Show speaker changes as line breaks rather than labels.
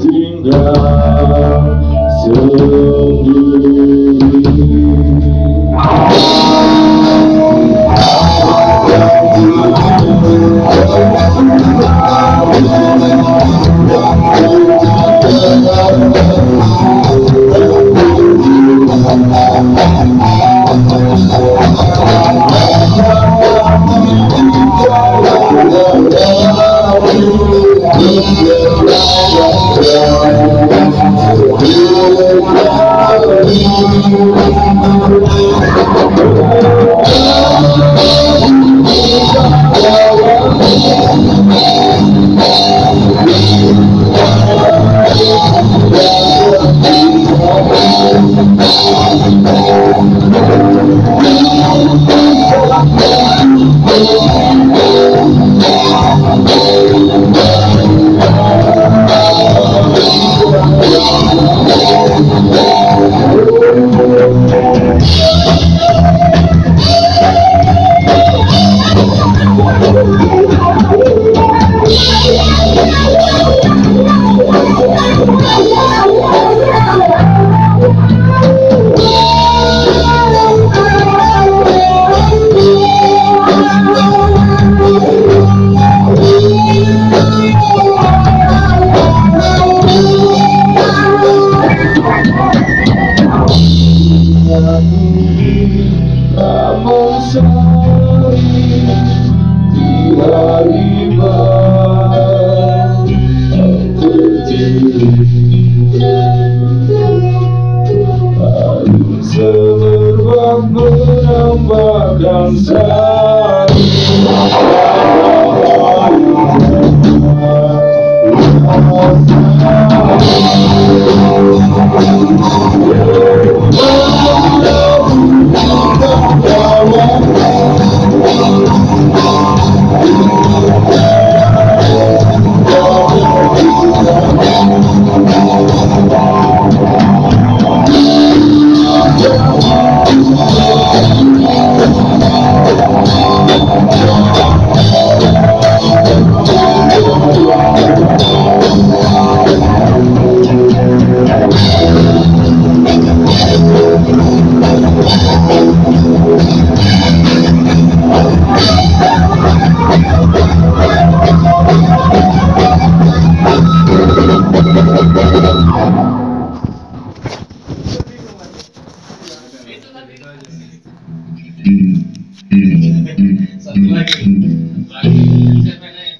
Yanında söndürür
Thank you.